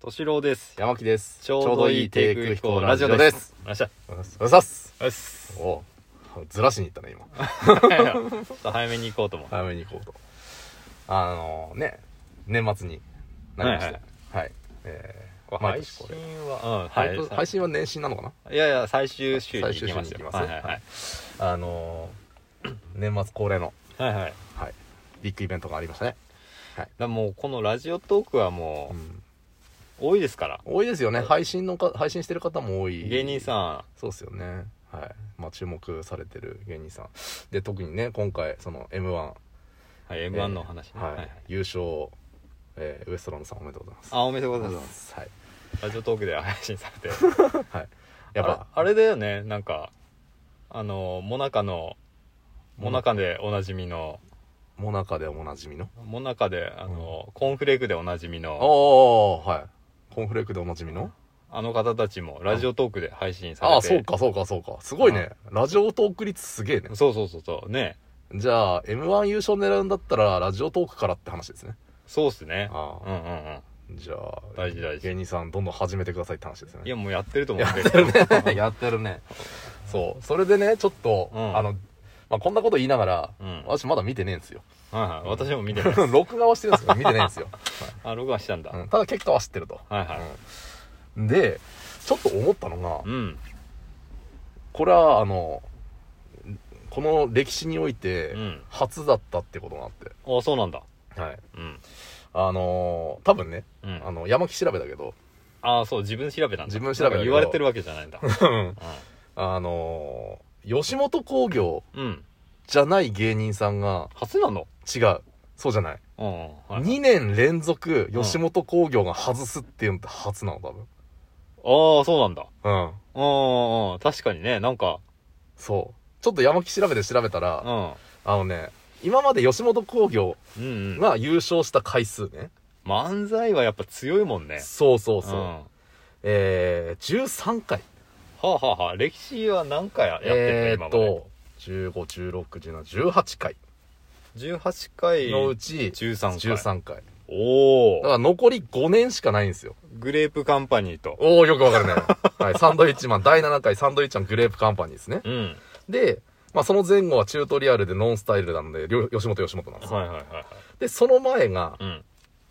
敏郎です。山木ですちょうどいい低空飛行ラジオです。よっしゃ。おはようございますよっす。おうずらしに行ったね今ちょっと早めに行こうと思う。 早めに行こうとあのね年末になりましはたいはい、えこれ毎配年こ信れは、うん、ー本当配信は年始なのかないやいや、最終週に行きます最終週に行きよ。ますはいはいはい。あのー 年末恒例の、はいはい。だかはい、ビッグイベントがありましたね、らもう、このラジオトークはもうんう、多いですから。多いですよね配信のか配信してる方も多い芸人さそうですよねはいまあ注目されてる芸人さんで特にね今回その m 1ん、はい、M1 のお話ね。はいはいはい優勝、えーウエストランドさんおめでとうございますあ、おめでとうございります。す、はい、ラジオトークでは配信されて。やっぱあれあれだよね、なんか、あの、モナカの、モナカでおなじみの、モナカでおなじみのモナカで、あの、コーンフレークでおなじみの、おーはいコーンフレークでおなじみのあの方たちもラジオトークで配信されてああそうかそうかそうかすごいねラジオトーク率すげえねそうそうそうそうねじゃあ m 1優勝狙うんだったらラジオトークからって話ですねそうっすねあうんあうんうんじゃあ大事大事芸人さんどんどん始めてくださいって話ですねいやもうやってると思うやんっだてけどるねやってるねそうそれでねちょっと、うんあの、まあ、こんなこと言いながら、うん 私まだ見てねえんですよはいはい私も見てます録画をしてるんですけど見てないんですよ、あ録画したんだはいはうんただ結果は知ってると、いはいうんでちょっと思ったのがうんこれはあのこの歴史においてうん初だったってことがあって、あそうなんだはいうんあのー多分ねうんあの山木調べだけどあそう自分調べたんだ自分調べなたけどんか言われてるわけじゃ ないんだあのー吉本興業うんうんじゃない芸人さんが初なの違うそうじゃないうんうんはい2年連続吉本興業が外すっていうのって初なの多分ああそうなんだうんうんうんうん確かにねなんかそうちょっと山木調べて調べたうらんあのね今まで吉本興業うんうんが優勝した回数ね漫才はやっぱ強いもんねそうそううそうんはえー、13回あはあはあ歴史は何回やってえるのーっ今までと15161718回18回のうち13回13回おだかおら残り5年しかないんですよグレープカンパニーとおおよくわかるね、 はい、サンドイッチマン第7回サンドイッチマングレープカンパニーですねうんで、まあ、その前後はチュートリアルでノンスタイルなのでりょ吉本吉本なんですよはいはいはいはいでその前がうん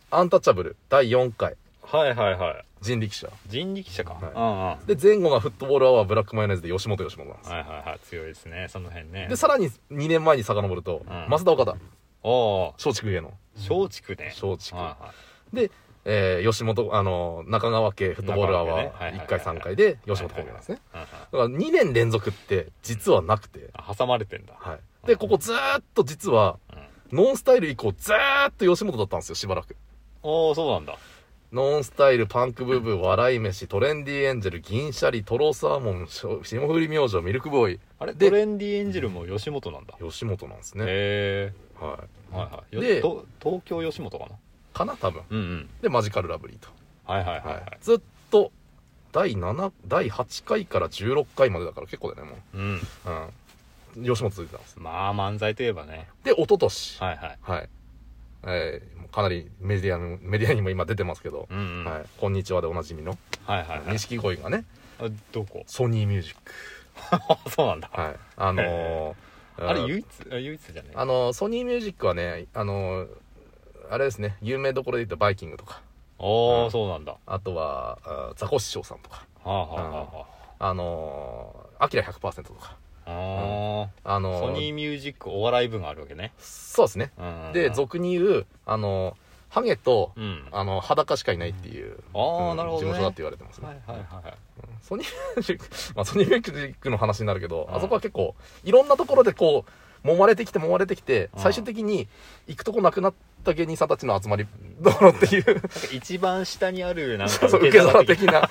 アンタッチャブル第4回はいはいはい人力車人力車か、はいうんうんはで前後がフットボールアワーブラックマヨネーズで吉本吉本なんでいすよはいはい強いですねその辺ねでさらに2年前に遡ると、うん増田岡田おお松竹芸能松竹ね松竹はいはいで、えー吉本、あの、中川家フットボールアワ中川家ー、ね1はいはい回はい3回で吉本興業なんですね。うんうんだから2年連続って実はなくて、あ挟まれてんだ、はい。で、ここずーっと実は、うん、ノンスタイル以降ずーっと吉本だったんですよ、しばらく。おおそうなんだノンスタイル、パンクブーブー、笑い飯、トレンディエンジェル、銀シャリ、トロサーモン、しょ霜降り明星、ミルクボーイ。あれでトレンディエンジェルも吉本なんだ吉本なんですね。へはえはいはいよで。と東京吉本かないかな多分。うんうんで、マジカルラブリーと。はいはいはいはい、はい。ずっと、第7、第8回から16回までだから結構だよね、もう。うんうん。吉本続いてたんです。まあ漫才といえばねで、一昨年。はいはいはい。えーもうかなりメディアの、メディアにも今出てますけど、うんうん、はい。こんにちはでおなじみの、はいはいはい錦鯉がね、あど こソニーミュージック。そうなんだはい。あのー、あれうん唯一あ唯一じゃねえあのー、ソニーミュージックはね、あのー、あれですね、有名どころで言うとバイキングとか、あうあんそうなんだはあとは、あーザコシショウさんとか、あはあはあのー、アキラ100%とか、あはあああーのソー、ニーミュージックお笑い部があるわけねそうですね。うんで、俗に言う、あのー、ハゲと、うんああの裸しかいないっていう、あうーんなるほど事ね務所だっては言われてますいね、はいはソニーミュージック、 まあ、ソニーミュージックの話になるけど、うんあそこは結構いろんなところでこう揉まれてきて揉まれてきて、うん最終的に行くとこなくなった芸人さんたちの集まりどころっていうい一番下にあるなんか そう受け皿的な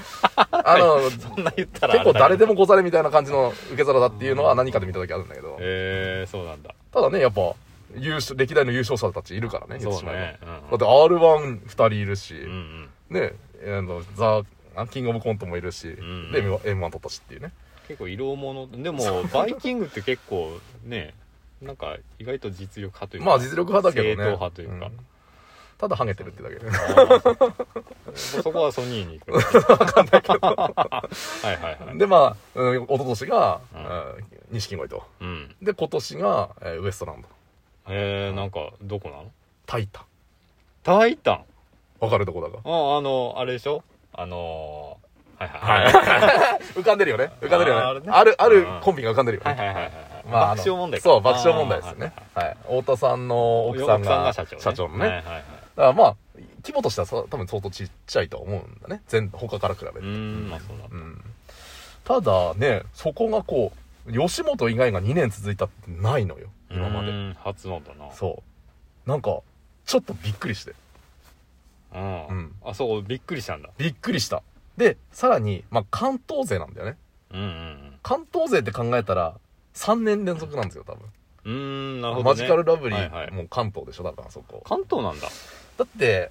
あのそん結な言ったらあれだけど構誰でもござれみたいな感じの受け皿だっていうのは何かで見た時あるんだけど、へえそうなんだただねやっぱ優勝歴代の優勝者たちいるからね言っそてうしまえねうんばだって r 1 2人いるし、うんうんねあのザあキングオブコントもいるし、んで M1 M1 取ったしっていうね結構色物でもバイキングって結構ねなんか意外と実力派というかまあ実力派だけどね正統派というかんただハゲてるってだけであー そこはソニーに行く。 わかんない けど。はいはいはい。でまあ、うん、一昨年がうんうん錦鯉とうん。で今年が、えーウエストランドえー、なんか、どこなのタイタンタイタンわかるとこだがあ、あの、あれでしょあのー、はいはい。はい浮かんでるよね浮かんでるよねあーああれねるあるうんコンビが浮かんでるよね、はいはいはいはい。まああの 爆笑問題かそう爆笑問題ですよね。はい、太田さんあのー奥さんが社長ね。のね、はいはいだかはい。らまあ規模としてはそう多分相当ちっちゃいとは思うんだね全他から比べてうーん、まあそうだ。うんただねそこがこう吉本以外が2年続いたってないのよ今まうでーん。初のだな。そうなんかちょっとびっくりしてうん。うんあ、そう、びっくりしたんだ。びっくりしたでさらに、まあ、関東勢なんだよねうんうん関東勢って考えたら3年連続なんですよ多分、うん。うーん、なるほど、ね。マジカルラブリー、はいはいもう関東でしょだからそこ関東なんだ。だって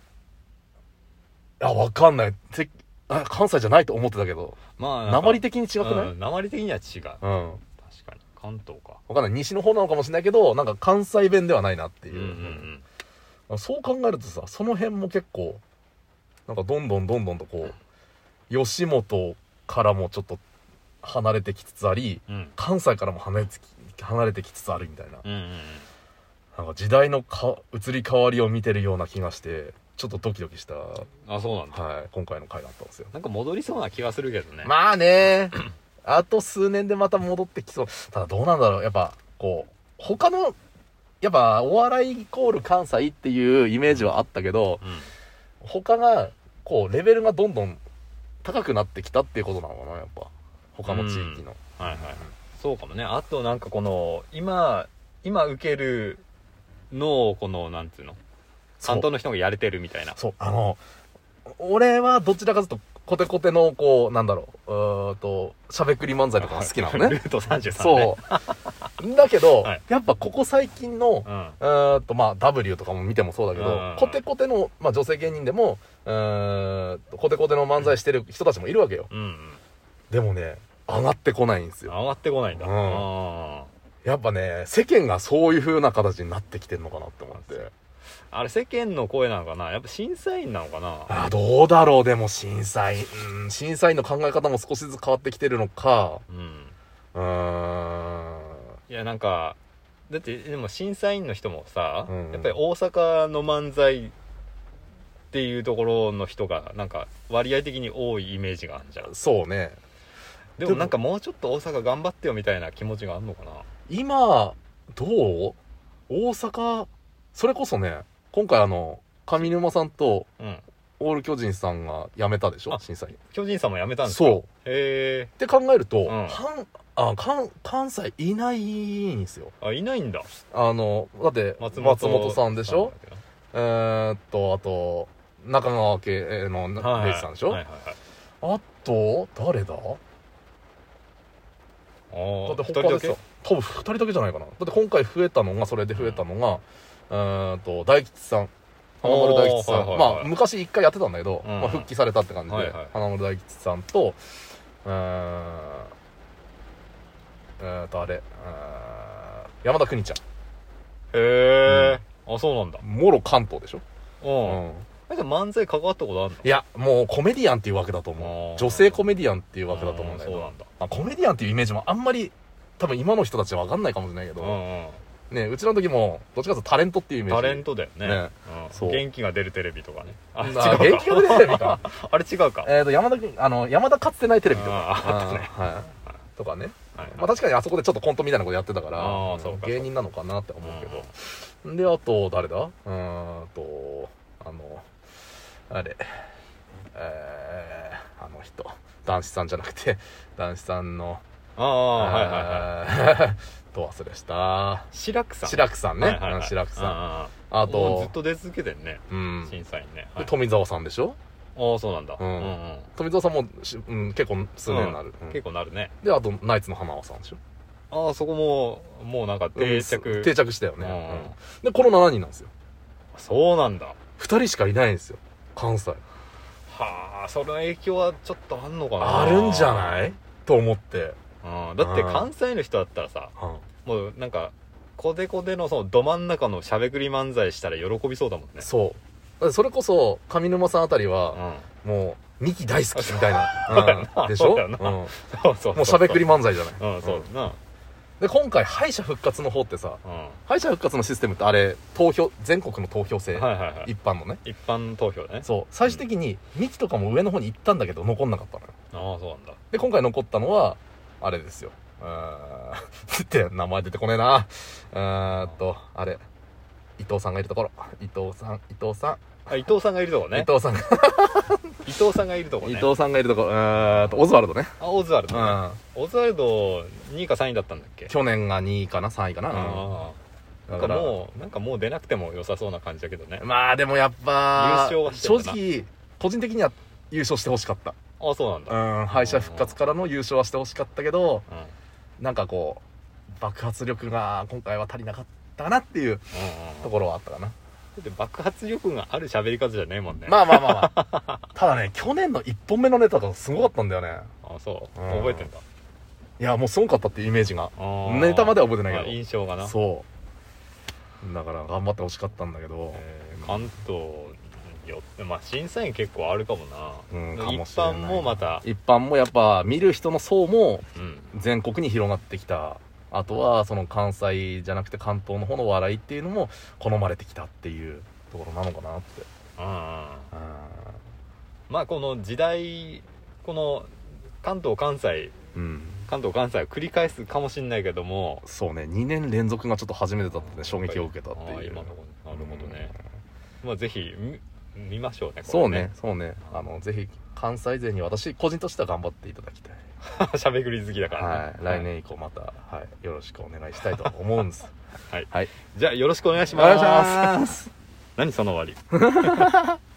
いやわかんないせあ関西じゃないと思ってたけどまあ、鉛的的に違くない、うん、鉛的には違う。確かうんに。関東か。わかんない西の方なのかもしれないけどなんか関西弁ではないなってういんう、うんうん。そう考えるとさその辺も結構なんかどんどんどんどんとこう吉本からもちょっと離れてきつつありうん。関西からも離れてき離れてきつつあるみたいなうんうんうん。なんか時代のか移り変わりを見てるような気がしてちょっとドキドキした、はあ、そうなんだ。い、今回の回だったんですよなんか戻りそうな気はするけどね。まあね あと数年でまた戻ってきそうただどうなんだろうやっぱこう他のやっぱお笑いイコール関西っていうイメージはあったけどうん。他がこうレベルがどんどん高くなってきたっていうことなのかなやっぱ他の地域の、はいはい。そうかもね。あとなんかこの、今、今受けるのを、この、なんていうのそう担当の人がやれてるみたいな。そうあの俺はどちらかというとコテコテのこうなんだろううーんとしゃべくり漫才とかが好きな のル ねート33ね。そうだけど、はいやっぱここ最近のうん。うん。うーんとまあ W とかも見てもそうだけうんうんうどんコテコテの、まあ、女性芸人でもうーんとコテコテの漫才してる人たちもいるわけようん。でもね上がってこないんですよ上がってこないんだ。うんあやっぱね世間がそういう風な形になってきてんのかなって思ってーあれ世間の声なのかなやっぱ審査員なのかなあどうだろうでも審査員うん審査員の考え方も少しずつ変わってきてるのかうん。うーんいやなんかだってでも審査員の人もさ、うんうんやっぱり大阪の漫才っていうところの人がなんか割合的に多いイメージがあるじゃんそうねででももなんかもうちょっと大阪頑張ってよみたいな気持ちがあるのかな今どう大阪それこそね今回あの上沼さんとうんオール巨人さんが辞めたでしょあ審査員巨人さんも辞めたんですかそうへって考えると、ん関あ関関西いないんですよえあいないんだあのだって松松本本さんでしょ、えーっと、あと、中川家のさんだっけなはいはいレイジさんでしょ、はいはいはいあと、誰だだあーって一他人だでけさ、多分二人だけじゃないかな。だって今回増えたのが、それで増えたのが、うーんと、大吉さん。花丸大吉さん。おーはいはいはいまあ、昔一回やってたんだけど、うんまあ、復帰されたって感じで、はいはい花丸大吉さんと、うーん、えーっと、あれ、うーん山田邦ちゃへえ、あそうなんだん。もろ関東でしょ、うん、うんあいつ漫才関わったことあるのいや、もうコメディアンっていうわけだと思あーう。女性コメディアンっていうわけだと思うんだけあーそうどな。んだまあ、コメディアンっていうイメージもあんまり、多分今の人たちはわかんないかもしれないけうど、んうんね、うちの時も、どっちかというとタレントっていうイメータジ。レントだよねねうんそう元気が出るテレビとかねあまあ違う元気が出るテレビか。かあれ違うかえっと、山田君、あの、山田かつてないテレビとか。あーあったねはい。とかね。はいまあ確かにあそこでちょっとコントみたいなことやってたからあーそう、か芸人なのかなって思うけど。で、あと、誰だうーんと、あの、あれ、えー、あの人、男子さんじゃなくて、男子さんの、ああはいはいはいはいはい。 と忘れした。志らくさん白くさんね。はいはいはいうん白くさん。あああとずとっ、と出続けてんねうん。で審査員ねはい富澤さんでしょああそうなんだうんうん富澤さんもし、うん、結構数年になる。ううんん結構なるねで、あと、ナイツの花輪さんでしょああそこももうなんか定うん着定着したようんうんね。うんで、この7人なんですよ。そうなんだ2人しかいないんですよ。関西。はあその影響はちょっとあんのかなあるんじゃないと思って。うんだって関西の人だったらさうんもうなんかコデコデのそのど真ん中のしゃべくり漫才したら喜びそうだもんねそう。だってそれこそ、上沼さんあたりは、うんもう二期大好きみた いそうだよな、なうんでしそょうだよなうんもそうそううしゃべくりも漫才じゃない、うんそうだなで今回敗者復活の方ってさうんは敗者復活のシステムってあれ投票全国の投票制、いはいはい一般のね一般投票だねそう最終的に2期とかも上の方に行ったんだけど残んなかったのよああそうなんだで今回残ったのはあれですようーん って名前出てこねえなうーんとあれ伊藤さんがいるところ伊藤さん伊藤さあ伊藤さんがいるとこん、伊ね藤さんが、伊藤さんがいるとこ伊ね藤さんがいるところうーんとオズワルドね、あオズワルうドねん、オズワルド2位か3位だったんだっけ去年が2位かな3位かな、うんああなんかもうなんかもう出なくても良さそうな感じだけどねまあでもやっぱ優勝はして正るな直個人的には優勝してほしかった、ああそうなんだうん、敗者復活からの優勝はしてほしかったけどうんうんなんかこう爆発力が今回は足りなかったなっていううんところはあったかなだって爆発力がある喋り方じゃねえもんねまあまあまあまあ ただね去年の1本目のネタがすごかったんだよねあそううん覚えてんだいやもうすごかったっていうイメージがネネタまではは覚えてないけ印象がどなそうだから頑張ってほしかったんだけど、えー関東によってまあ審査員結構あるかもなうん一かもしれない般もまた一般もやっぱ見る人の層もうん全国に広がってきたあとはその関西じゃなくて関東の方の笑いっていうのも好まれてきたっていうところなのかなってうんうんうんまあこの時代この関東関西うん関東関西を繰り返すかもしんないけどもそうね2年連続がちょっと初めてだったんで衝撃を受けたってあーいう今のところなるほどね、まあぜひみ見ましょうねそうこれ ねそうねあのぜひ関西勢に私個人としては頑張っていただきたい、しゃべくり好きだからはねい、来年以降また、はい、よろしくお願いしたいと思うんですはい はいじゃあよろしくお願いしおます願いします何その終わり